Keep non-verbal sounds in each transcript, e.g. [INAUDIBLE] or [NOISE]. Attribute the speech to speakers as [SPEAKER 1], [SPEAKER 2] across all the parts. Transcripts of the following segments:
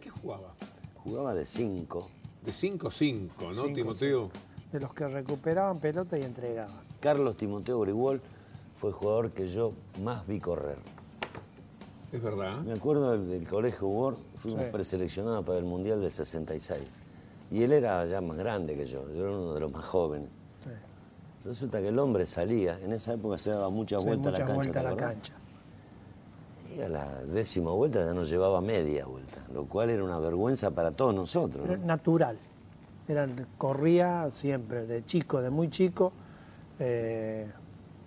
[SPEAKER 1] qué jugaba?
[SPEAKER 2] Jugaba de 5.
[SPEAKER 1] De 5-5, ¿no,
[SPEAKER 3] Cinco,
[SPEAKER 1] Timoteo?
[SPEAKER 3] De los que recuperaban pelota y entregaban.
[SPEAKER 2] Carlos Timoteo Grigol fue el jugador que yo más vi correr.
[SPEAKER 1] Es verdad.
[SPEAKER 2] Me acuerdo del, del colegio Ward, fuimos
[SPEAKER 3] Sí.
[SPEAKER 2] preseleccionados para el Mundial del 66. Y él era ya más grande que yo, yo era uno de los más jóvenes.
[SPEAKER 3] Sí.
[SPEAKER 2] Resulta que el hombre salía, en esa época se daba muchas
[SPEAKER 3] Sí,
[SPEAKER 2] vueltas a la
[SPEAKER 3] muchas
[SPEAKER 2] cancha.
[SPEAKER 3] vueltas a
[SPEAKER 2] ¿te
[SPEAKER 3] la
[SPEAKER 2] acordás?
[SPEAKER 3] cancha.
[SPEAKER 2] Y a la décima vuelta ya nos llevaba media vuelta, lo cual era una vergüenza para todos nosotros.
[SPEAKER 3] Era
[SPEAKER 2] ¿no?
[SPEAKER 3] natural. Era, corría siempre, de chico, de muy chico. eh,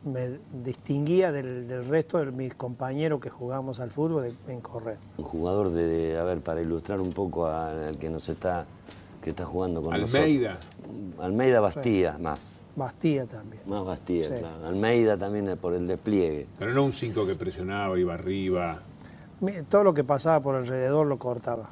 [SPEAKER 3] me distinguía del, del resto de mis compañeros que jugábamos al fútbol de- en correr.
[SPEAKER 2] Un jugador de, de- a ver, para ilustrar un poco a- al que nos está, que está jugando con
[SPEAKER 1] Almeida.
[SPEAKER 2] nosotros. Almeida Bastía, más.
[SPEAKER 3] Bastía también.
[SPEAKER 2] Más Bastía,
[SPEAKER 3] Sí.
[SPEAKER 2] claro. Almeida también eh, por el despliegue.
[SPEAKER 1] Pero no un 5 que presionaba, iba arriba.
[SPEAKER 3] Mi- Todo lo que pasaba por alrededor lo cortaba.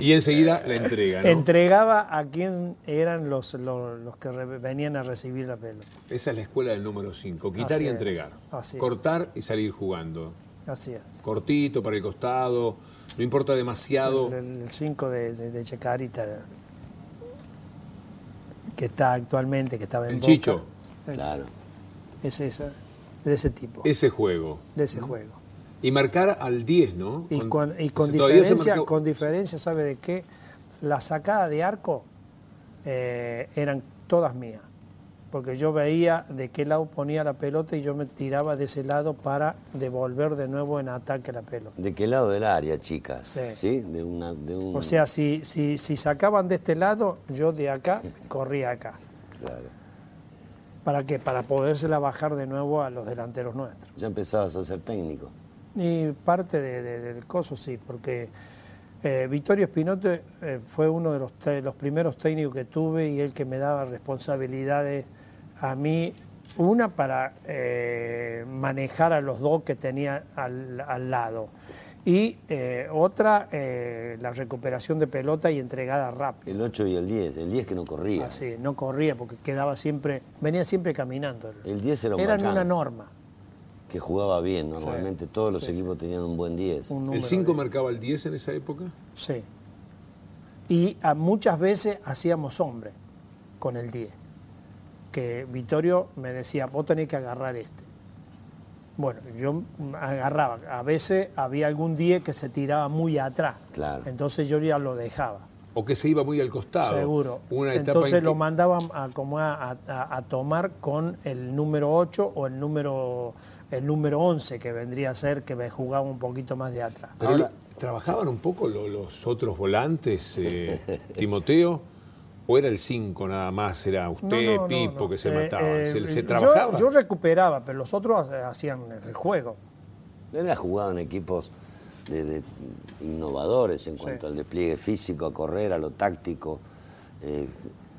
[SPEAKER 1] Y enseguida la entrega, ¿no?
[SPEAKER 3] Entregaba a quien eran los, los, los que re- venían a recibir la pelota.
[SPEAKER 1] Esa es la escuela del número 5. Quitar
[SPEAKER 3] Así
[SPEAKER 1] y
[SPEAKER 3] es,
[SPEAKER 1] entregar.
[SPEAKER 3] así es.
[SPEAKER 1] Cortar y salir jugando.
[SPEAKER 3] Así es.
[SPEAKER 1] Cortito, para el costado. No importa demasiado.
[SPEAKER 3] El 5 de, de- de Chacarita, que está actualmente, que estaba en
[SPEAKER 1] El
[SPEAKER 3] Boca.
[SPEAKER 1] Chicho.
[SPEAKER 3] El-
[SPEAKER 2] Claro.
[SPEAKER 3] Es esa, de ese tipo,
[SPEAKER 1] Ese juego.
[SPEAKER 3] de ese juego.
[SPEAKER 1] Y marcar al 10, ¿no?
[SPEAKER 3] Y con, y con
[SPEAKER 1] Todavía se
[SPEAKER 3] diferencia,
[SPEAKER 1] marcó-
[SPEAKER 3] con diferencia, ¿sabe de qué? La sacada de arco eh, eran todas mías. Porque yo veía de qué lado ponía la pelota y yo me tiraba de ese lado para devolver de nuevo en ataque la pelota.
[SPEAKER 2] ¿De qué lado del área, chicas?
[SPEAKER 3] Sí.
[SPEAKER 2] De, una, de un...
[SPEAKER 3] O sea, si, si, si sacaban de este lado, yo de acá corría acá.
[SPEAKER 2] Claro.
[SPEAKER 3] ¿Para qué? Para podérsela bajar de nuevo a los delanteros nuestros.
[SPEAKER 2] Ya empezabas a ser técnico.
[SPEAKER 3] Y parte de- de- del coso sí, porque eh, Vittorio Espinote eh, fue uno de los, te- los primeros técnicos que tuve y el que me daba responsabilidades a mí. Una para eh, manejar a los dos que tenía al, al lado. Y eh, otra, eh, la recuperación de pelota y entregada rápida.
[SPEAKER 2] El 8 y el 10. El 10 que no corría.
[SPEAKER 3] Así, no corría porque quedaba siempre, venía siempre caminando.
[SPEAKER 2] El 10 era un
[SPEAKER 3] Eran
[SPEAKER 2] bacán.
[SPEAKER 3] una norma.
[SPEAKER 2] Que jugaba bien, normalmente todos los
[SPEAKER 3] Sí,
[SPEAKER 2] equipos tenían un buen 10.
[SPEAKER 3] un número
[SPEAKER 1] ¿El 5
[SPEAKER 3] de-
[SPEAKER 1] marcaba al 10 en esa época?
[SPEAKER 3] Sí. Y a muchas veces hacíamos hombre con el 10. Que Vittorio me decía, vos tenés que agarrar este. Bueno, yo mm, agarraba. A veces había algún 10 que se tiraba muy atrás.
[SPEAKER 2] Claro.
[SPEAKER 3] Entonces yo ya lo dejaba.
[SPEAKER 1] O que se iba muy al costado.
[SPEAKER 3] Seguro.
[SPEAKER 1] Una etapa
[SPEAKER 3] Entonces
[SPEAKER 1] en
[SPEAKER 3] lo
[SPEAKER 1] que-
[SPEAKER 3] mandaban a, como a, a- a tomar con el número 8 o el número el número 11 que vendría a ser que me jugaba un poquito más de atrás.
[SPEAKER 1] Pero lo- ¿Trabajaban un poco lo- los otros volantes, eh, Timoteo? ¿O era el 5 nada más? ¿Era usted,
[SPEAKER 3] No, no, no,
[SPEAKER 1] Pipo,
[SPEAKER 3] no.
[SPEAKER 1] que se
[SPEAKER 3] Eh,
[SPEAKER 1] mataban?
[SPEAKER 3] eh,
[SPEAKER 1] ¿Se, se
[SPEAKER 3] yo-
[SPEAKER 1] trabajaba?
[SPEAKER 3] Yo, recuperaba, pero los otros hacían el juego.
[SPEAKER 2] Él ha jugado en equipos de, de innovadores en cuanto al despliegue físico, a correr, a lo táctico. eh,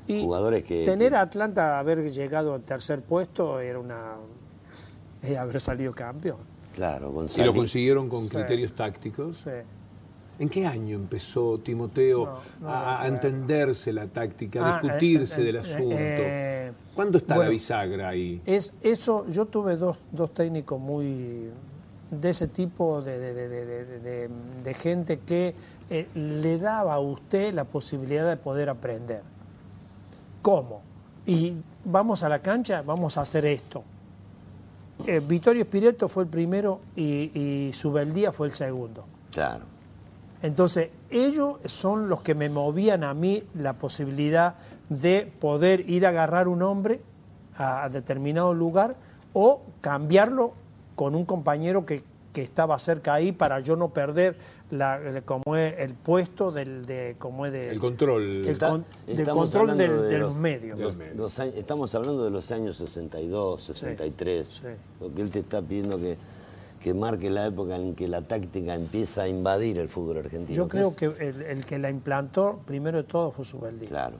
[SPEAKER 3] Y
[SPEAKER 2] jugadores que.
[SPEAKER 3] Tener
[SPEAKER 2] que-
[SPEAKER 3] a Atlanta haber llegado al tercer puesto era una. era haber salido campeón.
[SPEAKER 2] Claro,
[SPEAKER 1] ¿Y
[SPEAKER 2] Gonzalo.
[SPEAKER 1] lo consiguieron con criterios tácticos?
[SPEAKER 3] Sí.
[SPEAKER 1] ¿En qué año empezó Timoteo
[SPEAKER 3] No, no
[SPEAKER 1] a, a entenderse la táctica, a
[SPEAKER 3] Ah,
[SPEAKER 1] discutirse
[SPEAKER 3] eh, eh,
[SPEAKER 1] del
[SPEAKER 3] eh,
[SPEAKER 1] asunto?
[SPEAKER 3] eh,
[SPEAKER 1] ¿Cuándo está la
[SPEAKER 3] bueno.
[SPEAKER 1] bisagra ahí?
[SPEAKER 3] Es, eso, yo tuve dos, dos técnicos muy de ese tipo de, de- de- de- de- de- de gente que eh, le daba a usted la posibilidad de poder aprender. ¿Cómo? Y vamos a la cancha, vamos a hacer esto. Eh, Vittorio Spiretto fue el primero y, y Subeldía fue el segundo.
[SPEAKER 2] Claro.
[SPEAKER 3] Entonces, ellos son los que me movían a mí la posibilidad de poder ir a agarrar un hombre a determinado lugar o cambiarlo con un compañero que, que estaba cerca ahí para yo no perder la, el- como es el puesto del de, como es de-
[SPEAKER 1] El control.
[SPEAKER 3] el con- del
[SPEAKER 2] estamos
[SPEAKER 3] control
[SPEAKER 2] hablando
[SPEAKER 3] del,
[SPEAKER 2] de
[SPEAKER 3] del
[SPEAKER 2] los-
[SPEAKER 3] medio.
[SPEAKER 1] del
[SPEAKER 2] los-
[SPEAKER 1] medio.
[SPEAKER 2] los años- estamos hablando de los años 62, 63.
[SPEAKER 3] sí.
[SPEAKER 2] Lo que él te está pidiendo que, que marque la época en que la táctica empieza a invadir el fútbol argentino.
[SPEAKER 3] Yo creo
[SPEAKER 2] es-
[SPEAKER 3] que el, el que la implantó primero de todo fue Subeldía.
[SPEAKER 2] Claro.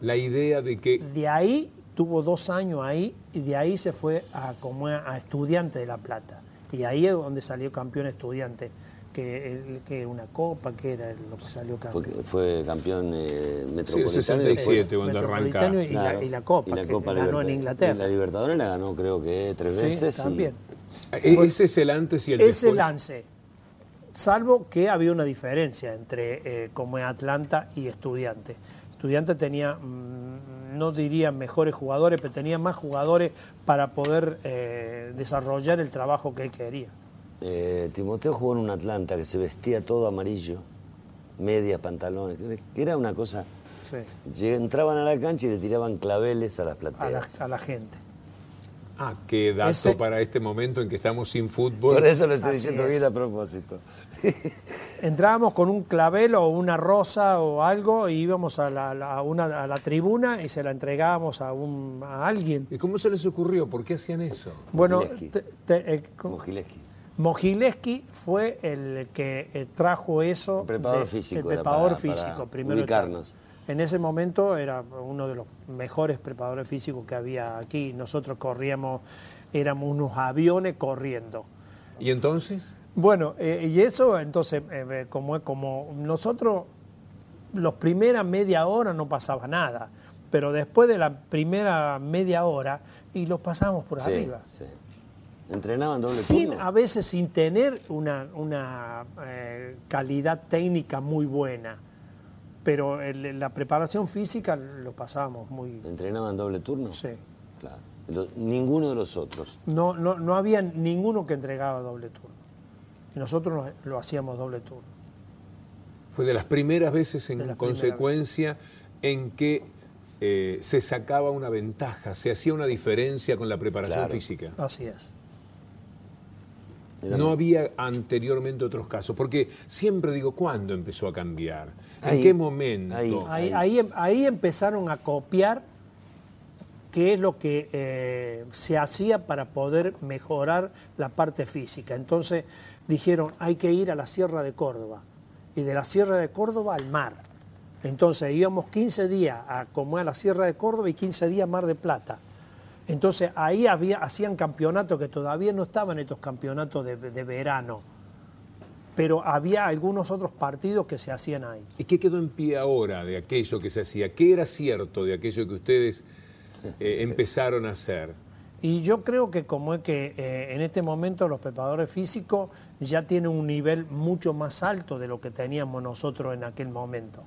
[SPEAKER 1] La idea de que
[SPEAKER 3] De ahí tuvo dos años ahí y de ahí se fue a, como a, a Estudiante de La Plata. Y ahí es donde salió campeón Estudiante, que, el- que era una copa, que era lo que salió
[SPEAKER 2] Fue,
[SPEAKER 3] campeón.
[SPEAKER 2] fue campeón eh, metropolitano. y después-
[SPEAKER 1] 67 cuando
[SPEAKER 3] Metropolitano
[SPEAKER 1] arranca.
[SPEAKER 3] Y, la, y la copa, que ganó en
[SPEAKER 2] Libertadores.
[SPEAKER 3] Inglaterra.
[SPEAKER 2] Y La Libertadores la ganó creo que tres
[SPEAKER 3] Sí,
[SPEAKER 2] veces. y-
[SPEAKER 3] también.
[SPEAKER 2] Y,
[SPEAKER 1] E-
[SPEAKER 3] Pues,
[SPEAKER 1] Ese es el antes y el
[SPEAKER 3] Ese
[SPEAKER 1] después.
[SPEAKER 3] lance. Salvo que había una diferencia entre eh, como en Atlanta y Estudiante. Estudiante tenía, mm, no diría mejores jugadores, pero tenía más jugadores para poder eh, desarrollar el trabajo que él quería.
[SPEAKER 2] Eh, Timoteo jugó en un Atlanta que se vestía todo amarillo, medias, pantalones, que- que era una cosa.
[SPEAKER 3] Sí.
[SPEAKER 2] Lleg- Entraban a la cancha y le tiraban claveles a las
[SPEAKER 3] A, la,
[SPEAKER 2] plateas.
[SPEAKER 3] a la gente.
[SPEAKER 1] Ah, qué dato
[SPEAKER 3] Ese-
[SPEAKER 1] para este momento en que estamos sin fútbol.
[SPEAKER 2] Por eso lo estoy
[SPEAKER 3] Así
[SPEAKER 2] diciendo
[SPEAKER 3] es.
[SPEAKER 2] bien a propósito.
[SPEAKER 3] Entrábamos con un clavel o una rosa o algo y íbamos a la, la- a una, a la tribuna y se la entregábamos a, un, a alguien.
[SPEAKER 1] ¿Y cómo se les ocurrió? ¿Por qué hacían eso?
[SPEAKER 3] Bueno,
[SPEAKER 2] Mogileski.
[SPEAKER 3] te- te- eh, co-
[SPEAKER 2] Mogileski.
[SPEAKER 3] Mogileski fue el que eh, trajo eso.
[SPEAKER 2] El preparador
[SPEAKER 3] de-
[SPEAKER 2] físico
[SPEAKER 3] El
[SPEAKER 2] era
[SPEAKER 3] preparador
[SPEAKER 2] para-
[SPEAKER 3] físico,
[SPEAKER 2] para
[SPEAKER 3] primero. de
[SPEAKER 2] ubicarnos.
[SPEAKER 3] todo. En ese momento era uno de los mejores preparadores físicos que había aquí. Nosotros corríamos, éramos unos aviones corriendo.
[SPEAKER 1] ¿Y entonces?
[SPEAKER 3] Bueno, eh, y eso entonces, eh, eh, como, como nosotros, los primeras media hora no pasaba nada, pero después de la primera media hora, y los pasábamos por
[SPEAKER 2] Sí,
[SPEAKER 3] arriba.
[SPEAKER 2] sí. Entrenaban doble
[SPEAKER 3] Sin,
[SPEAKER 2] turno.
[SPEAKER 3] a veces sin tener una, una, eh, calidad técnica muy buena, pero el- la preparación física lo pasábamos muy...
[SPEAKER 2] Entrenaban doble turno.
[SPEAKER 3] Sí.
[SPEAKER 2] Claro. Lo- ninguno de los otros.
[SPEAKER 3] No, no, no había ninguno que entregaba doble turno. Y nosotros nos- lo hacíamos doble turno.
[SPEAKER 1] Fue de las primeras veces en
[SPEAKER 3] De las primeras
[SPEAKER 1] consecuencia en que eh, se sacaba una ventaja, se hacía una diferencia con la preparación
[SPEAKER 2] Claro.
[SPEAKER 1] física.
[SPEAKER 3] Así es.
[SPEAKER 2] Era-
[SPEAKER 1] No había anteriormente otros casos, porque siempre digo, ¿cuándo empezó a cambiar? ¿En
[SPEAKER 2] Ahí,
[SPEAKER 1] qué momento?
[SPEAKER 2] ahí.
[SPEAKER 3] Ahí, ahí, em- ahí empezaron a copiar qué es lo que eh, se hacía para poder mejorar la parte física. Entonces dijeron, hay que ir a la Sierra de Córdoba y de la Sierra de Córdoba al mar. Entonces íbamos 15 días a como a la Sierra de Córdoba y 15 días a Mar de Plata. Entonces ahí había, hacían campeonatos que todavía no estaban estos campeonatos de- de verano, pero había algunos otros partidos que se hacían ahí.
[SPEAKER 1] ¿Y qué quedó en pie ahora de aquello que se hacía? ¿Qué era cierto de aquello que
[SPEAKER 2] [LAUGHS]
[SPEAKER 1] ustedes eh, empezaron a hacer?
[SPEAKER 3] Y yo creo que como es que eh, en este momento los preparadores físicos ya tienen un nivel mucho más alto de lo que teníamos nosotros en aquel momento.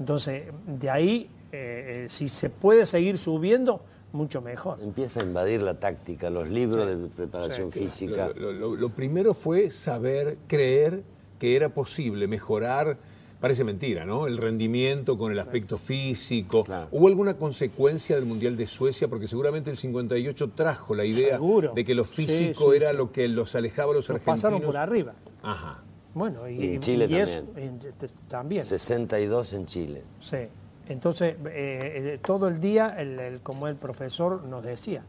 [SPEAKER 3] Entonces, de ahí, eh, eh, si se puede seguir subiendo, mucho mejor.
[SPEAKER 2] Empieza a invadir la táctica, los libros de preparación física.
[SPEAKER 1] Lo, lo- lo- lo primero fue saber, creer que era posible mejorar, parece mentira, ¿no? El rendimiento con el aspecto físico.
[SPEAKER 2] Claro.
[SPEAKER 1] ¿Hubo alguna consecuencia del Mundial de Suecia? Porque seguramente el 58 trajo la idea
[SPEAKER 3] Seguro.
[SPEAKER 1] de que lo
[SPEAKER 3] Sí,
[SPEAKER 1] físico
[SPEAKER 3] sí,
[SPEAKER 1] era
[SPEAKER 3] sí.
[SPEAKER 1] lo que los alejaba a los
[SPEAKER 3] Nos
[SPEAKER 1] argentinos.
[SPEAKER 3] pasaron por arriba.
[SPEAKER 1] Ajá.
[SPEAKER 3] Bueno, y,
[SPEAKER 2] Y en Chile
[SPEAKER 3] y eso-
[SPEAKER 2] también.
[SPEAKER 3] y t- también.
[SPEAKER 2] 62 en Chile.
[SPEAKER 3] Sí. Entonces, eh, eh, todo el día, el- el- como el profesor nos decía,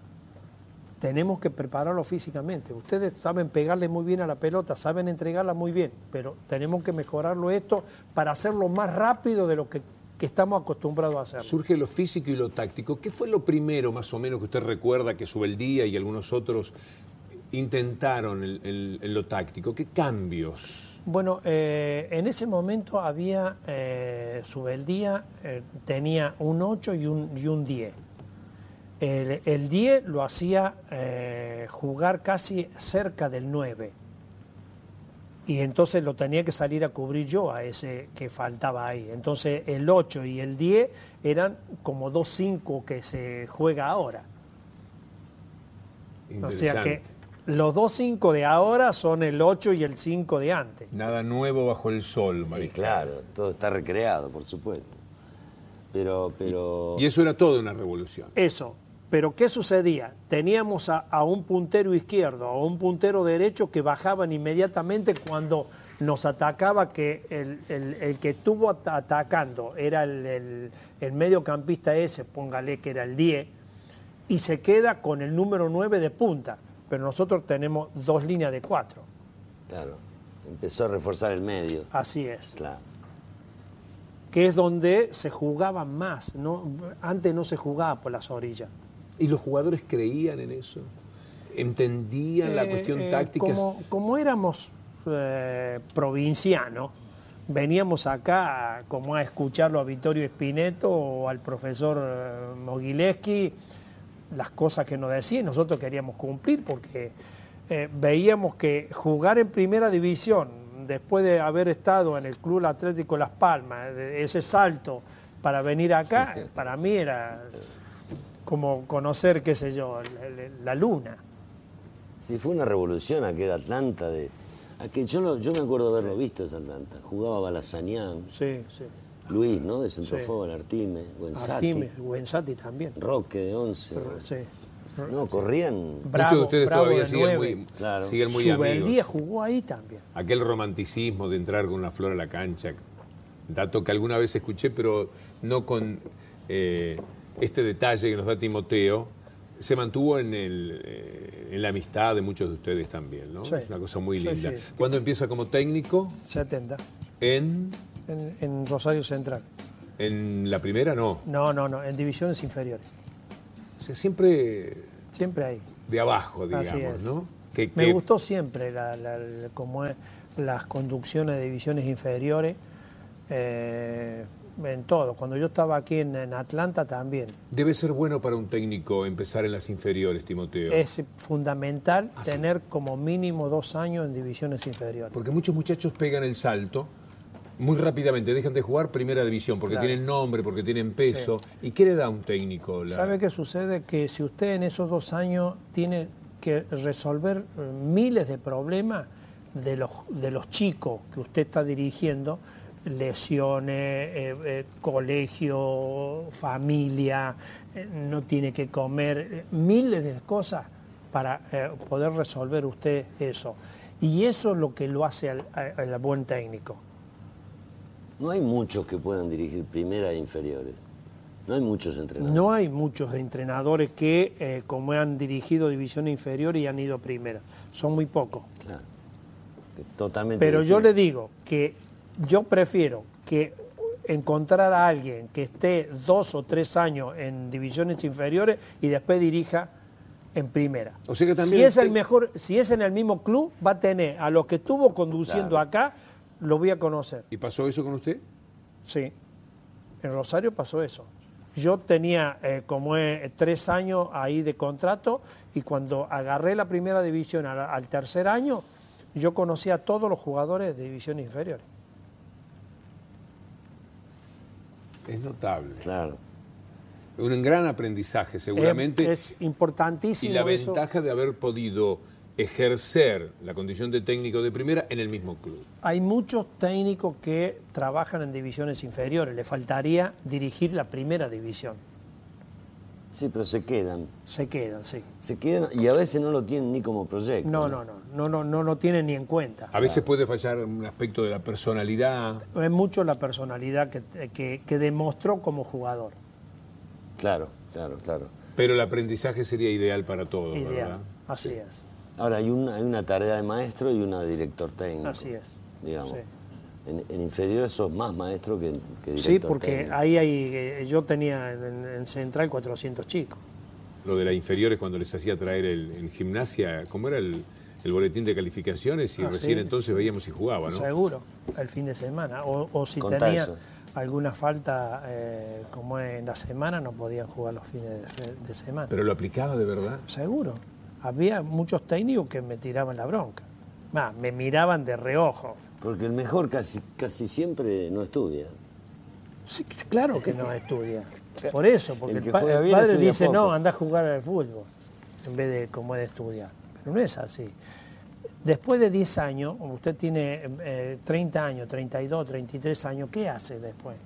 [SPEAKER 3] tenemos que prepararlo físicamente. Ustedes saben pegarle muy bien a la pelota, saben entregarla muy bien, pero tenemos que mejorarlo esto para hacerlo más rápido de lo que, que estamos acostumbrados a hacerlo.
[SPEAKER 1] Surge lo físico y lo táctico. ¿Qué fue lo primero, más o menos, que usted recuerda que Subeldía y algunos otros intentaron en- en- en lo táctico? ¿Qué cambios?
[SPEAKER 3] Bueno, eh, en ese momento había, eh, Subeldía eh, tenía un 8 y un, y un 10. El, el 10 lo hacía eh, jugar casi cerca del 9. Y entonces lo tenía que salir a cubrir yo a ese que faltaba ahí. Entonces el 8 y el 10 eran como 2-5 que se juega ahora. O sea que
[SPEAKER 1] Interesante.
[SPEAKER 3] los 2-5 de ahora son el 8 y el 5 de antes.
[SPEAKER 1] Nada nuevo bajo el sol,
[SPEAKER 2] Y
[SPEAKER 1] Mariscal.
[SPEAKER 2] claro, todo está recreado, por supuesto. Pero, pero.
[SPEAKER 1] Y eso era toda una revolución.
[SPEAKER 3] Eso. Pero ¿qué sucedía? Teníamos a, a un puntero izquierdo, a un puntero derecho que bajaban inmediatamente cuando nos atacaba, que el, el- el que estuvo at- atacando era el, el- el mediocampista ese, póngale que era el 10, y se queda con el número 9 de punta. Pero nosotros tenemos dos líneas de cuatro.
[SPEAKER 2] Claro. Empezó a reforzar el medio.
[SPEAKER 3] Así es.
[SPEAKER 2] Claro.
[SPEAKER 3] Que es donde se jugaba más. ¿no? Antes no se jugaba por las orillas.
[SPEAKER 1] ¿Y los jugadores creían en eso? ¿Entendían la
[SPEAKER 3] Eh,
[SPEAKER 1] cuestión
[SPEAKER 3] eh,
[SPEAKER 1] táctica?
[SPEAKER 3] Como, como éramos eh, provincianos, veníamos acá como a escucharlo a Vittorio Espineto o al profesor eh, Mogileski, las cosas que nos decía y nosotros queríamos cumplir porque eh, veíamos que jugar en primera división, después de haber estado en el Club Atlético Las Palmas, eh, de- ese salto para
[SPEAKER 1] [LAUGHS]
[SPEAKER 3] venir acá, para mí era como conocer, qué sé yo, la- la- la luna.
[SPEAKER 2] Sí, fue una revolución aquel Atlanta de. aquel- yo, lo- yo me acuerdo haberlo visto ese Atlanta. Jugaba Balazañán,
[SPEAKER 3] Sí, sí.
[SPEAKER 2] Luis, ¿no? De Centrofobo, Artime, Guensati,
[SPEAKER 3] Artime, Guensati también.
[SPEAKER 2] Roque de Once.
[SPEAKER 3] Pero, sí.
[SPEAKER 2] No, corrían.
[SPEAKER 3] Bravo,
[SPEAKER 1] Muchos de ustedes
[SPEAKER 3] Bravo
[SPEAKER 1] todavía
[SPEAKER 3] de
[SPEAKER 1] siguen
[SPEAKER 3] nueve.
[SPEAKER 1] muy,
[SPEAKER 2] Claro.
[SPEAKER 1] siguen muy
[SPEAKER 3] Subeldía
[SPEAKER 1] amigos.
[SPEAKER 3] jugó ahí también.
[SPEAKER 1] Aquel romanticismo de entrar con una flor a la cancha, dato que alguna vez escuché, pero no con eh, este detalle que nos da Timoteo, se mantuvo en, el, eh, en la amistad de muchos de ustedes también, ¿no?
[SPEAKER 3] Sí.
[SPEAKER 1] Una cosa muy
[SPEAKER 3] Sí,
[SPEAKER 1] linda.
[SPEAKER 3] sí.
[SPEAKER 1] ¿Cuándo empieza como técnico?
[SPEAKER 3] 70,
[SPEAKER 1] En,
[SPEAKER 3] en, en Rosario Central.
[SPEAKER 1] en la primera, no.
[SPEAKER 3] No, no, no, en divisiones inferiores.
[SPEAKER 1] O sea, siempre
[SPEAKER 3] Siempre ahí.
[SPEAKER 1] de abajo, digamos,
[SPEAKER 3] Así es.
[SPEAKER 1] ¿no? Que-
[SPEAKER 3] Me
[SPEAKER 1] que-
[SPEAKER 3] gustó siempre la- la- la- como es, las conducciones de divisiones inferiores, eh, en todo. Cuando yo estaba aquí en, en Atlanta también.
[SPEAKER 1] Debe ser bueno para un técnico empezar en las inferiores, Timoteo.
[SPEAKER 3] Es fundamental
[SPEAKER 1] Así.
[SPEAKER 3] tener como mínimo dos años en divisiones inferiores.
[SPEAKER 1] Porque muchos muchachos pegan el salto muy rápidamente, dejan de jugar primera división porque
[SPEAKER 3] Claro.
[SPEAKER 1] tienen nombre, porque tienen peso. ¿Y qué le da a un técnico? la-
[SPEAKER 3] ¿Sabe qué sucede? Que si usted en esos dos años tiene que resolver eh, miles de problemas de los, de los chicos que usted está dirigiendo, lesiones, eh, eh, colegio, familia, eh, no tiene que comer, eh, miles de cosas para eh, poder resolver usted eso. Y eso es lo que lo hace al, al- al buen técnico.
[SPEAKER 2] No hay muchos que puedan dirigir primera e inferiores. No hay muchos entrenadores.
[SPEAKER 3] No hay muchos entrenadores que, eh, como han dirigido división inferior y han ido a primera. Son muy pocos.
[SPEAKER 2] Claro. Que Totalmente.
[SPEAKER 3] Pero yo le
[SPEAKER 2] distinto.
[SPEAKER 3] digo que yo prefiero que encontrar a alguien que esté dos o tres años en divisiones inferiores y después dirija en primera.
[SPEAKER 1] O sea que también
[SPEAKER 3] si es el
[SPEAKER 1] usted-
[SPEAKER 3] mejor, si es en el mismo club, va a tener a los que estuvo conduciendo
[SPEAKER 2] Claro.
[SPEAKER 3] acá, lo voy a conocer.
[SPEAKER 1] ¿Y pasó eso con usted?
[SPEAKER 3] Sí. En Rosario pasó eso. Yo tenía eh, como eh, tres años ahí de contrato y cuando agarré la primera división al, al tercer año, yo conocí a todos los jugadores de divisiones inferiores.
[SPEAKER 1] Es notable.
[SPEAKER 2] Claro.
[SPEAKER 1] Un gran aprendizaje, seguramente.
[SPEAKER 3] Eh, es importantísimo
[SPEAKER 1] y la
[SPEAKER 3] eso.
[SPEAKER 1] ventaja de haber podido ejercer la condición de técnico de primera en el mismo club.
[SPEAKER 3] Hay muchos técnicos que trabajan en divisiones inferiores. Le faltaría dirigir la primera división.
[SPEAKER 2] Sí, pero se quedan.
[SPEAKER 3] Se quedan, sí.
[SPEAKER 2] Se quedan y a veces no lo tienen ni como proyecto.
[SPEAKER 3] No, no, no. No, no, no, no tienen ni en cuenta.
[SPEAKER 1] A veces puede fallar un aspecto de la personalidad.
[SPEAKER 3] Es mucho la personalidad que- que- que demostró como jugador.
[SPEAKER 2] Claro, claro, claro.
[SPEAKER 1] Pero el aprendizaje sería ideal para todos,
[SPEAKER 3] Ideal.
[SPEAKER 1] ¿verdad?
[SPEAKER 3] Así es.
[SPEAKER 2] Ahora, hay una, hay una tarea de maestro y una de director técnico.
[SPEAKER 3] Así es.
[SPEAKER 2] Digamos.
[SPEAKER 3] Sí.
[SPEAKER 2] En, en inferior sos más maestro que, que director
[SPEAKER 3] Sí, porque
[SPEAKER 2] técnico.
[SPEAKER 3] ahí hay, eh, yo tenía en, en Central 400 chicos.
[SPEAKER 1] Lo de las inferiores cuando les hacía traer el, en gimnasia, ¿cómo era el, el boletín de calificaciones? Y
[SPEAKER 3] Ah,
[SPEAKER 1] recién
[SPEAKER 3] sí.
[SPEAKER 1] entonces veíamos si jugaba, ¿no?
[SPEAKER 3] Seguro, el fin de semana. O, o si
[SPEAKER 2] Contá
[SPEAKER 3] tenía
[SPEAKER 2] eso.
[SPEAKER 3] alguna falta, eh, como en la semana, no podían jugar los fines de, de semana.
[SPEAKER 1] Pero lo aplicaba de verdad.
[SPEAKER 3] Seguro. Había muchos técnicos que me tiraban la bronca. Más, me miraban de reojo.
[SPEAKER 2] Porque el mejor casi, casi siempre no estudia.
[SPEAKER 3] Sí, claro que no estudia. Por eso, porque
[SPEAKER 2] El
[SPEAKER 3] el,
[SPEAKER 2] que
[SPEAKER 3] pa-
[SPEAKER 2] juega
[SPEAKER 3] el
[SPEAKER 2] bien
[SPEAKER 3] padre
[SPEAKER 2] estudia
[SPEAKER 3] dice,
[SPEAKER 2] poco".
[SPEAKER 3] no, anda a jugar al fútbol, en vez de como él estudiar. Pero no es así. Después de 10 años, usted tiene eh, 30 años, 32, 33 años, ¿qué hace después?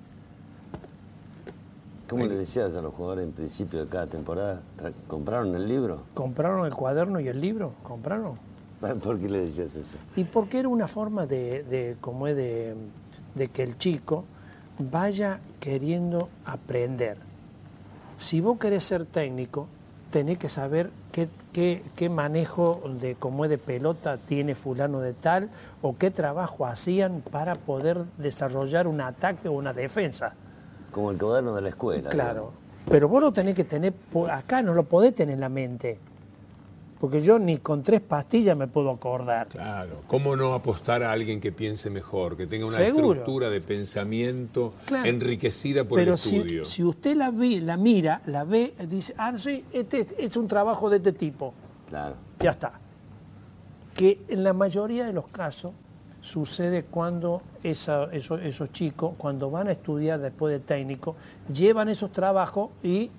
[SPEAKER 2] ¿Cómo le decías a los jugadores en principio de cada temporada? Tra- ¿Compraron el libro? [LAUGHS]
[SPEAKER 3] ¿Compraron el cuaderno y el libro? ¿Compraron?
[SPEAKER 2] ¿Por qué le decías eso?
[SPEAKER 3] Y porque era una forma de, de- como es de, de que el chico vaya queriendo aprender. Si vos querés ser técnico, tenés que saber qué, qué- qué manejo de como es de pelota tiene fulano de tal o qué trabajo hacían para poder desarrollar un ataque o una defensa.
[SPEAKER 2] Como el cuaderno de la escuela.
[SPEAKER 3] Claro. Pero vos lo tenés que tener por acá, no lo podés tener en la mente. Porque yo ni con tres pastillas me puedo acordar.
[SPEAKER 1] Claro. ¿Cómo no apostar a alguien que piense mejor, que tenga una
[SPEAKER 3] Seguro.
[SPEAKER 1] estructura de pensamiento
[SPEAKER 3] Claro.
[SPEAKER 1] enriquecida por
[SPEAKER 3] Pero
[SPEAKER 1] el estudio?
[SPEAKER 3] si, si usted la ve, la mira, la ve, dice, ah, sí, este es- es un trabajo de este tipo.
[SPEAKER 2] Claro.
[SPEAKER 3] Ya está. que en la mayoría de los casos sucede cuando esa- eso- esos chicos, cuando van a estudiar después de técnico, llevan esos trabajos y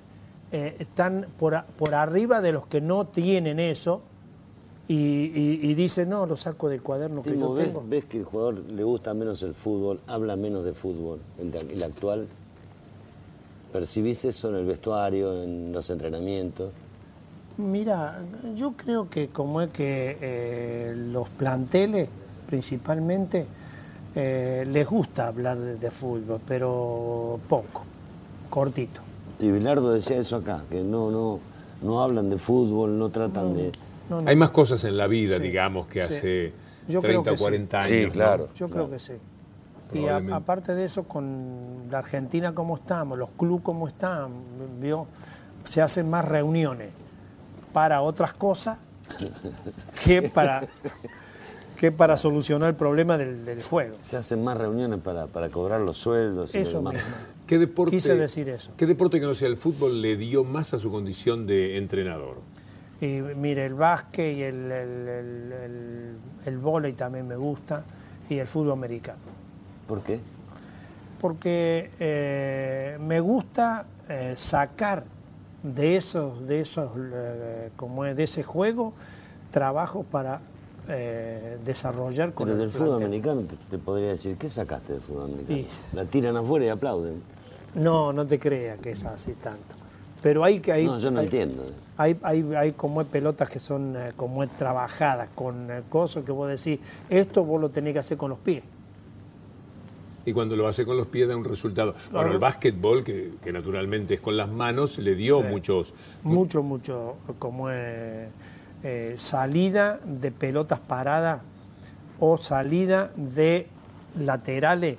[SPEAKER 3] eh, están por, a- por arriba de los que no tienen eso y, y- y dicen, no, lo saco del cuaderno que
[SPEAKER 2] Timo,
[SPEAKER 3] yo
[SPEAKER 2] ¿ves,
[SPEAKER 3] tengo.
[SPEAKER 2] ves que el jugador le gusta menos el fútbol, habla menos de fútbol, el, de- el actual? ¿Percibís eso en el vestuario, en los entrenamientos?
[SPEAKER 3] Mira, yo creo que como es que eh, los planteles principalmente eh, les gusta hablar de, de fútbol, pero poco, cortito.
[SPEAKER 2] Y Bilardo decía eso acá, que no, no, no hablan de fútbol, no tratan de...
[SPEAKER 3] No, no.
[SPEAKER 1] Hay más cosas en la vida,
[SPEAKER 3] Sí,
[SPEAKER 1] digamos, que
[SPEAKER 3] sí.
[SPEAKER 1] hace
[SPEAKER 3] Yo creo
[SPEAKER 1] 30 o
[SPEAKER 3] que sí.
[SPEAKER 1] 40 años.
[SPEAKER 2] Sí,
[SPEAKER 1] ¿no?
[SPEAKER 2] claro.
[SPEAKER 3] Yo
[SPEAKER 2] claro.
[SPEAKER 3] creo que sí. Y a-
[SPEAKER 1] Probablemente.
[SPEAKER 3] aparte de eso, con la Argentina como estamos, los clubes como están, vio, se hacen más reuniones para otras cosas que
[SPEAKER 2] [LAUGHS]
[SPEAKER 3] para, que para solucionar el problema del, del juego.
[SPEAKER 2] Se hacen más reuniones para, para cobrar los sueldos. y lo
[SPEAKER 3] Eso
[SPEAKER 2] demás.
[SPEAKER 3] mismo.
[SPEAKER 1] ¿Qué deporte,
[SPEAKER 3] Quise decir eso.
[SPEAKER 1] ¿Qué deporte que no sea el fútbol le dio más a su condición de entrenador?
[SPEAKER 3] Y mire, el básquet y el, el, el, el- el vóley también me gusta, y el fútbol americano.
[SPEAKER 2] ¿Por qué?
[SPEAKER 3] porque eh, me gusta eh, sacar de esos, de esos, eh, como es, de ese juego, trabajo para eh, desarrollar con
[SPEAKER 2] Pero
[SPEAKER 3] el
[SPEAKER 2] del fútbol
[SPEAKER 3] plantel.
[SPEAKER 2] americano te, te podría decir, ¿qué sacaste del fútbol americano?
[SPEAKER 3] Y-
[SPEAKER 2] La tiran afuera y aplauden.
[SPEAKER 3] No, no te creas que es así tanto. Pero hay que hay,
[SPEAKER 2] No, yo no
[SPEAKER 3] hay-
[SPEAKER 2] entiendo.
[SPEAKER 3] Hay, hay, hay como es pelotas que son eh, como es trabajadas con eh, cosas que vos decís, esto vos lo tenés que hacer con los pies.
[SPEAKER 1] Y cuando lo hace con los pies da un resultado. Bueno,
[SPEAKER 3] Ajá.
[SPEAKER 1] el básquetbol, que, que naturalmente es con las manos, le dio
[SPEAKER 3] Sí.
[SPEAKER 1] muchos.
[SPEAKER 3] mucho, mucho, como eh, eh, salida de pelotas paradas o salida de laterales,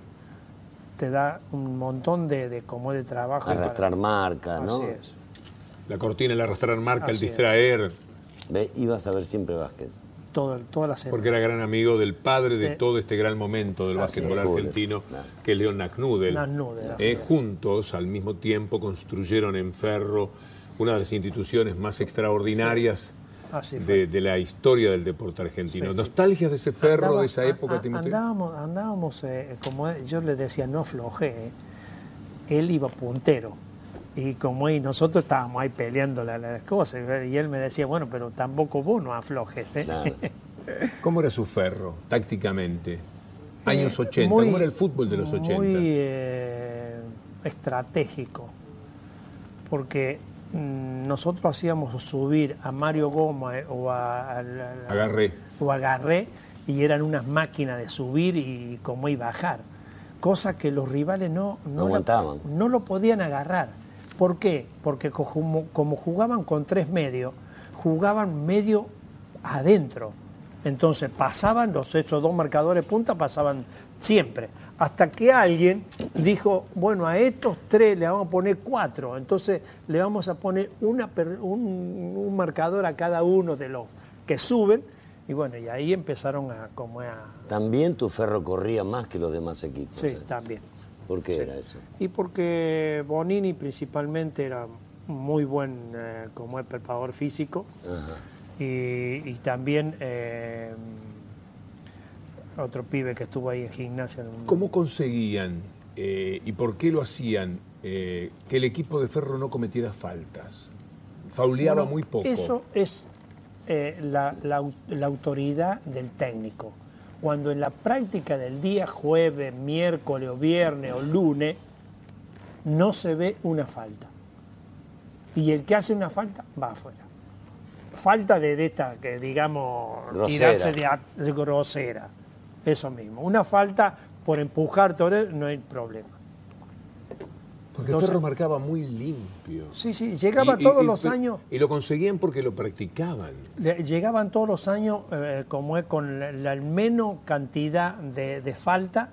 [SPEAKER 3] te da un montón de, de como de trabajo. para-
[SPEAKER 2] Arrastrar marcas, ¿no?
[SPEAKER 3] Así es.
[SPEAKER 1] La cortina, el arrastrar marca,
[SPEAKER 3] Así
[SPEAKER 1] el
[SPEAKER 3] es.
[SPEAKER 1] distraer,
[SPEAKER 2] Ve, ibas a ver siempre básquet.
[SPEAKER 3] Todo, toda la semana.
[SPEAKER 1] porque era gran amigo del padre de
[SPEAKER 3] Sí.
[SPEAKER 1] todo este gran momento del
[SPEAKER 3] Así
[SPEAKER 1] básquetbol
[SPEAKER 2] es.
[SPEAKER 1] argentino,
[SPEAKER 2] Claro.
[SPEAKER 1] que es León Nacnudel.
[SPEAKER 3] Nacnudel, así
[SPEAKER 1] Eh,
[SPEAKER 3] es.
[SPEAKER 1] juntos, al mismo tiempo, construyeron en Ferro una de las instituciones más extraordinarias
[SPEAKER 3] Así fue.
[SPEAKER 1] de, de la historia del deporte argentino.
[SPEAKER 3] Sí, sí.
[SPEAKER 1] ¿Nostalgias de ese ferro, de
[SPEAKER 3] Andaba-
[SPEAKER 1] esa
[SPEAKER 3] a-
[SPEAKER 1] época,
[SPEAKER 3] a-
[SPEAKER 1] Timoteo?
[SPEAKER 3] Andábamos, andábamos eh, como es- yo le decía, no afloje. eh. Él iba puntero. Y como y nosotros estábamos ahí peleando la- las cosas. Y él me decía, bueno, pero tampoco vos no aflojes. ¿eh? [LAUGHS]
[SPEAKER 2] Claro.
[SPEAKER 1] ¿Cómo era su ferro, tácticamente? Años
[SPEAKER 3] Eh,
[SPEAKER 1] 80,
[SPEAKER 3] muy-
[SPEAKER 1] ¿cómo era el fútbol de los 80?
[SPEAKER 3] Muy eh, estratégico, porque mm, nosotros hacíamos subir a Mario Goma eh, o a, al- al-
[SPEAKER 1] Agarré.
[SPEAKER 3] o a Garré, y eran unas máquinas de subir y como y bajar, cosa que los rivales no, no, la-
[SPEAKER 2] aguantaban.
[SPEAKER 3] no lo podían agarrar. ¿Por qué? Porque co- como, como jugaban con tres medios, jugaban medio adentro. Entonces pasaban los hechos dos marcadores punta, pasaban siempre. Hasta que alguien dijo, bueno, a estos tres le vamos a poner cuatro. Entonces le vamos a poner una per- un, un marcador a cada uno de los que suben. Y bueno, y ahí empezaron a como a...
[SPEAKER 2] También tu ferro corría más que los demás equipos.
[SPEAKER 3] Sí,
[SPEAKER 2] ¿eh?
[SPEAKER 3] también.
[SPEAKER 2] ¿Por qué era eso?
[SPEAKER 3] Y porque Bonini principalmente era muy buen eh, como es preparador físico
[SPEAKER 2] Ajá.
[SPEAKER 3] y, y también eh, otro pibe que estuvo ahí en gimnasia.
[SPEAKER 1] ¿Cómo conseguían eh, y por qué lo hacían eh, que el equipo de ferro no cometiera faltas? Fauleaba
[SPEAKER 3] Bueno,
[SPEAKER 1] muy poco.
[SPEAKER 3] Eso es eh, la, la au- la autoridad del técnico. Cuando en la práctica del día jueves, miércoles o viernes o lunes no se ve una falta. Y el que hace una falta va afuera. Falta de, de esta, que digamos,
[SPEAKER 2] Grosera.
[SPEAKER 3] tirarse de, at- de grosera. Eso mismo. Una falta por empujar, todo eso, no hay problema.
[SPEAKER 1] Porque
[SPEAKER 3] entonces-
[SPEAKER 1] Ferro marcaba muy limpio.
[SPEAKER 3] Sí, sí, llegaba
[SPEAKER 1] Y- y-
[SPEAKER 3] todos
[SPEAKER 1] y-
[SPEAKER 3] los
[SPEAKER 1] pero-
[SPEAKER 3] años.
[SPEAKER 1] Y lo conseguían porque lo practicaban.
[SPEAKER 3] Le- llegaban todos los años, eh, como es, con la, la menos cantidad de, de falta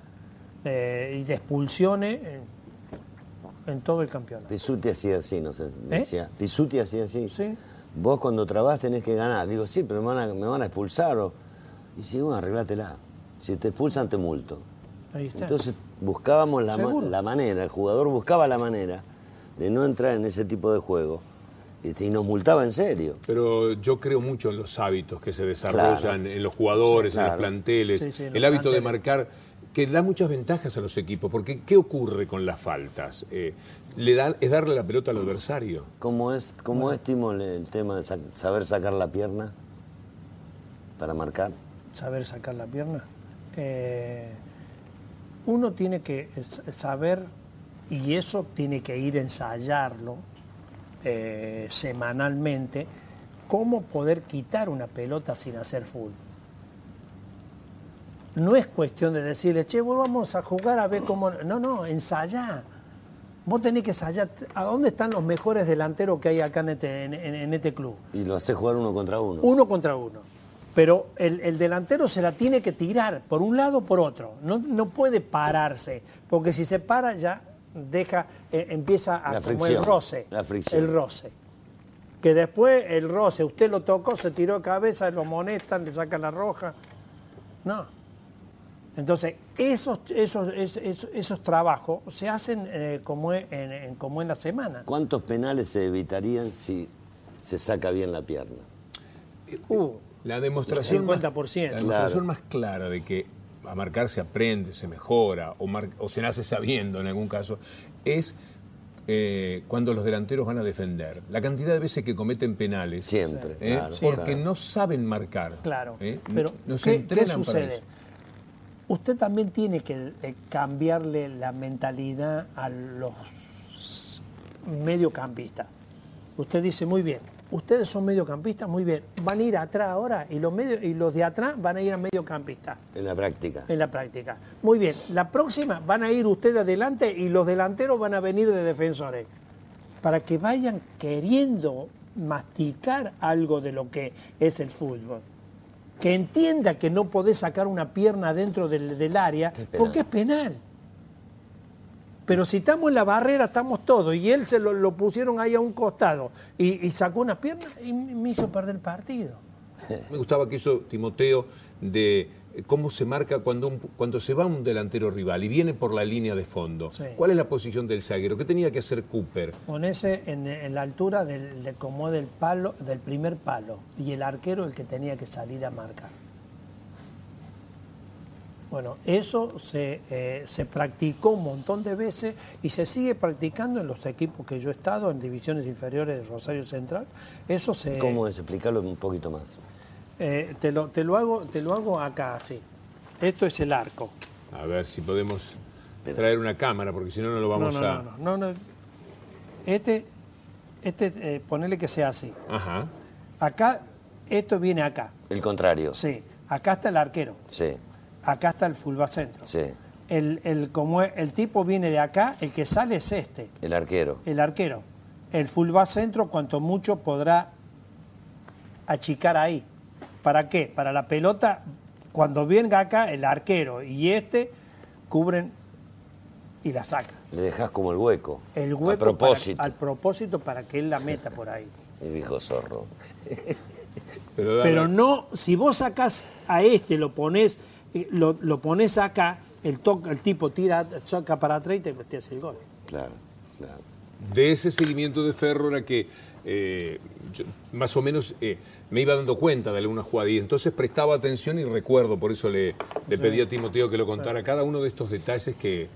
[SPEAKER 3] eh, y de expulsiones en, en todo el campeonato.
[SPEAKER 2] Pisuti hacía así, no sé.
[SPEAKER 3] ¿Eh?
[SPEAKER 2] Decía. Pisuti hacía así.
[SPEAKER 3] Sí.
[SPEAKER 2] Vos cuando trabás tenés que ganar. Digo, sí, pero me van a, me van a expulsar. O... Y si bueno, arreglátela. Si te expulsan, te multo.
[SPEAKER 3] Ahí está.
[SPEAKER 2] Entonces buscábamos la, ma-
[SPEAKER 3] Seguro.
[SPEAKER 2] la manera, el jugador buscaba la manera de no entrar en ese tipo de juego Este, y nos multaba en serio.
[SPEAKER 1] Pero yo creo mucho en los hábitos que se desarrollan
[SPEAKER 2] Claro.
[SPEAKER 1] en los jugadores,
[SPEAKER 2] Sí, claro.
[SPEAKER 1] en los planteles.
[SPEAKER 3] Sí, sí, en los
[SPEAKER 1] el hábito de
[SPEAKER 3] planteles.
[SPEAKER 1] marcar, que da muchas ventajas a los equipos. Porque, ¿qué ocurre con las faltas? Eh, le da- es darle la pelota al adversario.
[SPEAKER 2] ¿Cómo es, cómo es, Timo, el- el tema de sa- saber sacar la pierna para marcar?
[SPEAKER 3] saber sacar la pierna. Eh, uno tiene que s- saber, y eso tiene que ir a ensayarlo eh, semanalmente, cómo poder quitar una pelota sin hacer full. No es cuestión de decirle, che, vos vamos a jugar a ver cómo... No, no, ensayá. Vos tenés que ensayar a dónde están los mejores delanteros que hay acá en este- en- en- en este club
[SPEAKER 2] Y lo hace jugar uno contra uno.
[SPEAKER 3] uno contra uno. Pero el, el delantero se la tiene que tirar por un lado o por otro. No, no puede pararse, porque si se para ya deja, eh, empieza a
[SPEAKER 2] La
[SPEAKER 3] como
[SPEAKER 2] fricción,
[SPEAKER 3] el roce.
[SPEAKER 2] la fricción.
[SPEAKER 3] El roce. Que después el roce, usted lo tocó, se tiró de cabeza, lo molestan, le sacan la roja. No. Entonces, esos, esos, es- esos, esos trabajos se hacen eh, como, es- en, en- como en la semana.
[SPEAKER 2] ¿Cuántos penales se evitarían si se saca bien la pierna?
[SPEAKER 3] Uh,
[SPEAKER 1] La demostración, más-
[SPEAKER 3] 50%.
[SPEAKER 1] la demostración
[SPEAKER 2] Claro.
[SPEAKER 1] más clara de que a marcar se aprende, se mejora o, mar- o se nace sabiendo en algún caso, es eh, cuando los delanteros van a defender. La cantidad de veces que cometen penales.
[SPEAKER 2] Siempre,
[SPEAKER 1] ¿eh?
[SPEAKER 2] claro,
[SPEAKER 1] Porque
[SPEAKER 2] claro.
[SPEAKER 1] no saben marcar.
[SPEAKER 3] Claro.
[SPEAKER 1] ¿eh?
[SPEAKER 3] Pero,
[SPEAKER 1] no se
[SPEAKER 3] ¿qué,
[SPEAKER 1] entrenan
[SPEAKER 3] qué
[SPEAKER 1] para
[SPEAKER 3] sucede?
[SPEAKER 1] eso.
[SPEAKER 3] Usted también tiene que eh, cambiarle la mentalidad a los mediocampistas. Usted dice, muy bien, ustedes son mediocampistas, muy bien, van a ir atrás ahora y los, medio, y los de atrás van a ir a mediocampistas
[SPEAKER 2] En la práctica.
[SPEAKER 3] en la práctica. Muy bien, la próxima van a ir ustedes adelante y los delanteros van a venir de defensores. Para que vayan queriendo masticar algo de lo que es el fútbol. Que entienda que no podés sacar una pierna dentro del, del área
[SPEAKER 2] penal.
[SPEAKER 3] porque es penal. Pero si estamos en la barrera, estamos todos. Y él se lo, lo pusieron ahí a un costado y, y sacó una pierna y me hizo perder el partido.
[SPEAKER 1] Me gustaba que hizo Timoteo de eh, cómo se marca cuando, un- cuando se va un delantero rival y viene por la línea de fondo.
[SPEAKER 3] Sí.
[SPEAKER 1] ¿Cuál es la posición del zaguero? ¿Qué tenía que hacer Cooper?
[SPEAKER 3] ponerse en, en la altura del, de- como del palo, del primer palo, y el arquero el que tenía que salir a marcar. Bueno, eso se, eh, se practicó un montón de veces y se sigue practicando en los equipos que yo he estado, en divisiones inferiores de Rosario Central. Eso se,
[SPEAKER 2] ¿Cómo es? Explicarlo un poquito más.
[SPEAKER 3] eh, te, lo, te, lo hago, te lo hago acá así. Esto es el arco.
[SPEAKER 1] A ver si podemos traer una cámara, porque si no, no lo vamos
[SPEAKER 3] no, no,
[SPEAKER 1] a...
[SPEAKER 3] no, no, no, no. Este, este eh, ponele que sea así.
[SPEAKER 1] Ajá.
[SPEAKER 3] Acá, esto viene acá.
[SPEAKER 2] El contrario.
[SPEAKER 3] Sí, acá está el arquero,
[SPEAKER 2] Sí,
[SPEAKER 3] acá está el fulbacentro.
[SPEAKER 2] sí.
[SPEAKER 3] El, el- como es- el tipo viene de acá, el que sale es este,
[SPEAKER 2] El arquero.
[SPEAKER 3] el arquero. El fulbacentro cuanto mucho podrá achicar ahí. ¿Para qué? Para la pelota, cuando venga acá, el arquero y este cubren y la saca.
[SPEAKER 2] Le dejas como el hueco.
[SPEAKER 3] Eh, El hueco
[SPEAKER 2] A
[SPEAKER 3] para-
[SPEAKER 2] propósito.
[SPEAKER 3] al propósito para que él la meta por ahí.
[SPEAKER 2] El viejo zorro.
[SPEAKER 1] Pero, dale.
[SPEAKER 3] Pero no, si vos sacás a este, lo pones, eh, lo, lo pones acá, el, to- el tipo tira, saca para atrás y te, te hace el gol.
[SPEAKER 2] Claro, claro.
[SPEAKER 1] de ese seguimiento de Ferro era que eh, yo más o menos eh, me iba dando cuenta de alguna jugada y entonces prestaba atención y recuerdo, por eso le, le pedí a Timoteo que lo contara, cada uno de estos detalles que,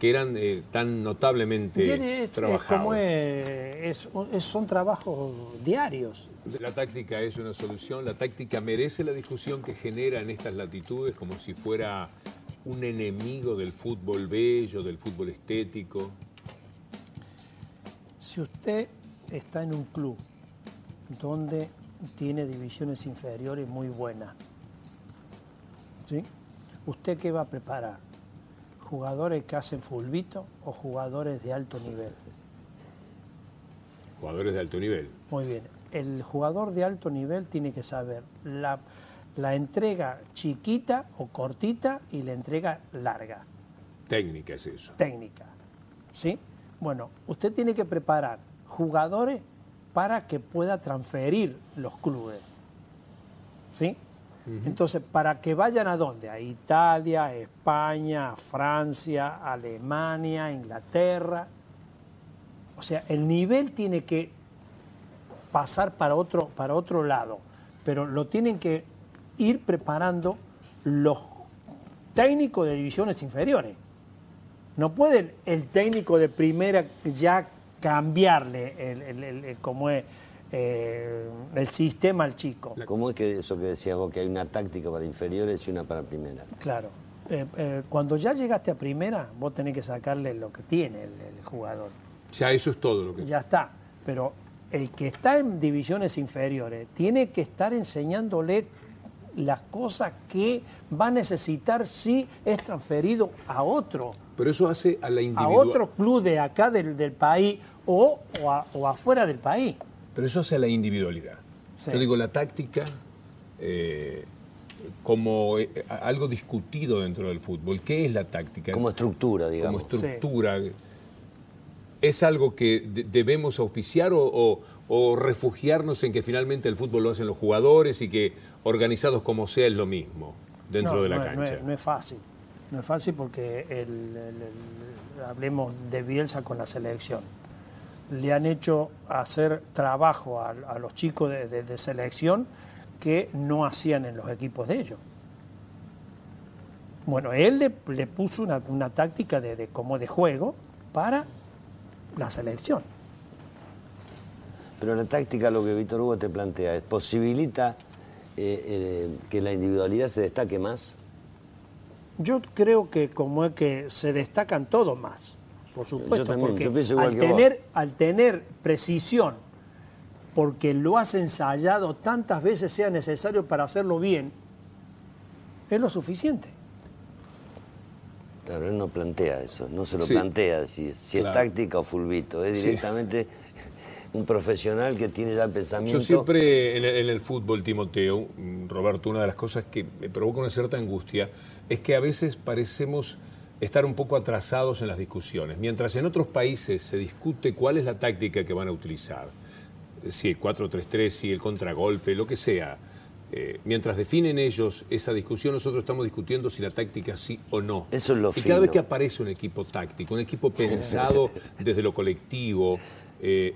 [SPEAKER 1] que eran eh, tan
[SPEAKER 3] Y
[SPEAKER 1] notablemente
[SPEAKER 3] él es- es
[SPEAKER 1] trabajados.
[SPEAKER 3] como es- es- son trabajos diarios.
[SPEAKER 1] La táctica es una solución, la táctica merece la discusión que genera en estas latitudes como si fuera un enemigo del fútbol bello, del fútbol estético.
[SPEAKER 3] Si usted está en un club donde tiene divisiones inferiores muy buenas, ¿sí? ¿usted qué va a preparar? ¿Jugadores que hacen fulbito o jugadores de alto nivel?
[SPEAKER 1] Jugadores de alto nivel.
[SPEAKER 3] Muy bien. El jugador de alto nivel tiene que saber la, la entrega chiquita o cortita y la entrega larga,
[SPEAKER 1] Técnica es eso.
[SPEAKER 3] técnica. ¿Sí? Bueno, usted tiene que preparar jugadores para que pueda transferir los clubes. ¿Sí? Entonces, para que vayan a dónde? A Italia, a España, a Francia, a Alemania, a Inglaterra. O sea, el nivel tiene que pasar para otro, para otro lado. Pero lo tienen que ir preparando los técnicos de divisiones inferiores. No puede el técnico de primera ya cambiarle el, el- el- el- como es, eh, el sistema al chico.
[SPEAKER 2] ¿Cómo es que eso que decías vos, que hay una táctica para inferiores y una para primera?
[SPEAKER 3] Claro. Eh, eh, cuando ya llegaste a primera, vos tenés que sacarle lo que tiene el- el jugador.
[SPEAKER 1] Ya eso es todo lo que.
[SPEAKER 3] Ya está. Pero el que está en divisiones inferiores tiene que estar enseñándole las cosas que va a necesitar si es transferido a otro,
[SPEAKER 1] Pero eso hace a la
[SPEAKER 3] a
[SPEAKER 1] individualidad.
[SPEAKER 3] otro club de acá del, del país o, o a- o afuera del país.
[SPEAKER 1] Pero eso hace a la individualidad.
[SPEAKER 3] Sí.
[SPEAKER 1] Yo digo, la táctica eh, como eh, a- algo discutido dentro del fútbol. ¿Qué es la táctica?
[SPEAKER 2] Como estructura,
[SPEAKER 1] Como
[SPEAKER 2] digamos.
[SPEAKER 1] estructura. ¿Es algo que de- debemos auspiciar o, o- o refugiarnos en que finalmente el fútbol lo hacen los jugadores y que organizados como sea es lo mismo dentro
[SPEAKER 3] No,
[SPEAKER 1] de la
[SPEAKER 3] no es-
[SPEAKER 1] cancha?
[SPEAKER 3] no es- no es fácil. No es fácil porque el- el- el- hablemos de Bielsa con la selección. Le han hecho hacer trabajo a, a los chicos de, de- de selección que no hacían en los equipos de ellos. Bueno, él le, le puso una, una táctica de, de- como de juego para la selección.
[SPEAKER 2] Pero la táctica, lo que Víctor Hugo te plantea, es posibilita eh, eh, que la individualidad se destaque más.
[SPEAKER 3] Yo creo que como es que se destacan todos más, por supuesto,
[SPEAKER 2] también,
[SPEAKER 3] porque
[SPEAKER 2] yo pienso igual
[SPEAKER 3] al,
[SPEAKER 2] que vos.
[SPEAKER 3] tener, al tener precisión, porque lo has ensayado tantas veces sea necesario para hacerlo bien, es lo suficiente.
[SPEAKER 2] Claro, él no plantea eso, no se lo
[SPEAKER 1] Sí.
[SPEAKER 2] plantea si, si
[SPEAKER 1] Claro.
[SPEAKER 2] es táctica o fulbito. Es
[SPEAKER 1] Sí.
[SPEAKER 2] directamente [LAUGHS] un profesional que tiene ya el pensamiento.
[SPEAKER 1] Yo siempre en el, en el fútbol, Timoteo, mm, Roberto, una de las cosas que me provoca una cierta angustia es que a veces parecemos estar un poco atrasados en las discusiones. Mientras en otros países se discute cuál es la táctica que van a utilizar, eh, si el 4-3-3, si el contragolpe, lo que sea, eh, mientras definen ellos esa discusión, nosotros estamos discutiendo si la táctica sí o no.
[SPEAKER 2] Eso es lo
[SPEAKER 1] Y cada vez
[SPEAKER 2] fino.
[SPEAKER 1] que aparece un equipo táctico, un equipo pensado desde lo colectivo. eh,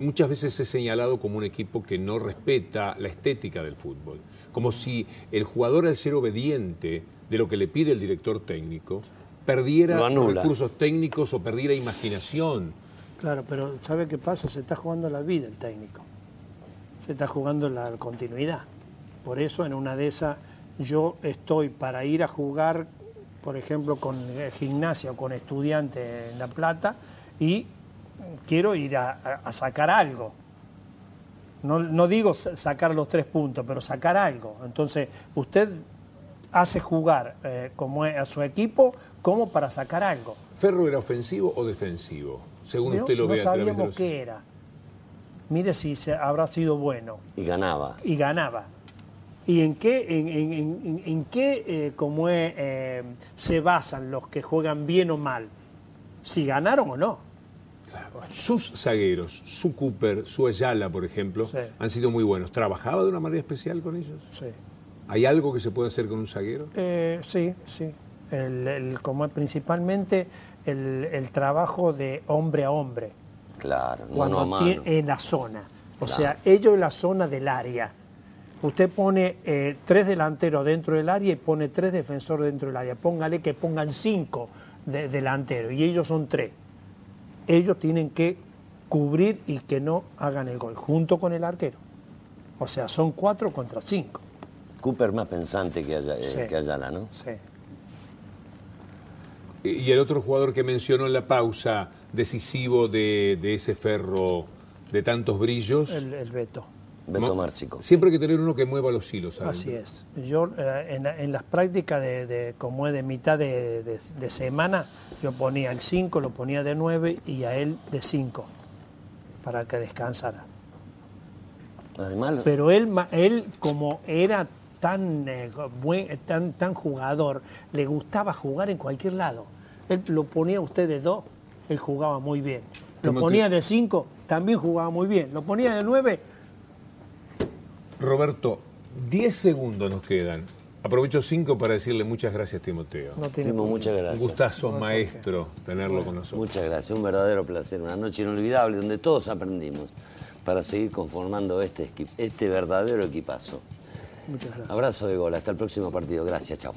[SPEAKER 1] muchas veces es señalado como un equipo que no respeta la estética del fútbol. Como si el jugador al ser obediente de lo que le pide el director técnico perdiera
[SPEAKER 2] Lo anula.
[SPEAKER 1] recursos técnicos o perdiera imaginación.
[SPEAKER 3] Claro, pero ¿sabe qué pasa? Se está jugando la vida el técnico. Se está jugando la continuidad. Por eso en una de esas yo estoy para ir a jugar, por ejemplo, con eh, gimnasia o con estudiante en La Plata y quiero ir a, a- a sacar algo. No, no digo sa- sacar los tres puntos, pero sacar algo. Entonces, usted hace jugar eh, como es- a su equipo como para sacar algo.
[SPEAKER 1] ¿Ferro era ofensivo o defensivo? Según
[SPEAKER 3] No-
[SPEAKER 1] usted lo
[SPEAKER 3] no
[SPEAKER 1] vea. a través de
[SPEAKER 3] sabíamos
[SPEAKER 1] los-
[SPEAKER 3] qué era. Mire si se, habrá sido bueno
[SPEAKER 2] Y ganaba.
[SPEAKER 3] y ganaba. ¿Y en qué, en, en- en- en- en qué eh, como es, eh, se basan los que juegan bien o mal? Si ganaron o no.
[SPEAKER 1] Sus zagueros, su Cooper, su Ayala, por ejemplo,
[SPEAKER 3] Sí.
[SPEAKER 1] han sido muy buenos. ¿Trabajaba de una manera especial con ellos?
[SPEAKER 3] Sí,
[SPEAKER 1] ¿Hay algo que se puede hacer con un zaguero?
[SPEAKER 3] Eh, sí, sí. El- el- como es principalmente el, el trabajo de hombre a hombre.
[SPEAKER 2] Claro, no,
[SPEAKER 3] cuando
[SPEAKER 2] no a
[SPEAKER 3] tie-
[SPEAKER 1] eh,
[SPEAKER 2] mano.
[SPEAKER 3] en la zona. O sea, ellos en la zona del área. Usted pone eh, tres delanteros dentro del área y pone tres defensores dentro del área. Póngale que pongan cinco de- delanteros y ellos son tres. Ellos tienen que cubrir y que no hagan el gol junto con el arquero. O sea, son cuatro contra cinco.
[SPEAKER 2] Cooper más pensante que, Aya- eh,
[SPEAKER 3] Sí.
[SPEAKER 2] que Ayala, ¿no?
[SPEAKER 1] Y el otro jugador que mencionó en la pausa, decisivo de, de ese ferro de tantos brillos.
[SPEAKER 3] El, el veto.
[SPEAKER 2] Beto
[SPEAKER 1] Mo-
[SPEAKER 2] Márcico.
[SPEAKER 1] Siempre hay que tener uno que mueva los hilos. adentro.
[SPEAKER 3] Así es. Yo eh, en, la- en las prácticas de, de- como es de mitad de, de- de semana, yo ponía el 5, lo ponía de 9 y a él de 5 para que descansara.
[SPEAKER 2] Además,
[SPEAKER 3] Pero él, ma- él como era tan, eh, buen, tan, tan jugador, le gustaba jugar en cualquier lado. Él lo ponía a usted de 2, él jugaba muy bien. Lo
[SPEAKER 1] Timoteo.
[SPEAKER 3] ponía de 5, también jugaba muy bien. Lo ponía de 9,
[SPEAKER 1] Roberto, 10 segundos nos quedan. Aprovecho cinco para decirle muchas gracias, Timoteo.
[SPEAKER 3] No tiene
[SPEAKER 2] Timo,
[SPEAKER 3] problema.
[SPEAKER 2] muchas
[SPEAKER 1] Un
[SPEAKER 2] gracias.
[SPEAKER 1] gustazo,
[SPEAKER 3] No,
[SPEAKER 1] maestro, tenerlo con nosotros.
[SPEAKER 2] Muchas gracias, un verdadero placer, una noche inolvidable donde todos aprendimos para seguir conformando este, esqui- este verdadero equipazo.
[SPEAKER 3] Muchas gracias.
[SPEAKER 2] Abrazo de gol, hasta el próximo partido. Gracias, chao.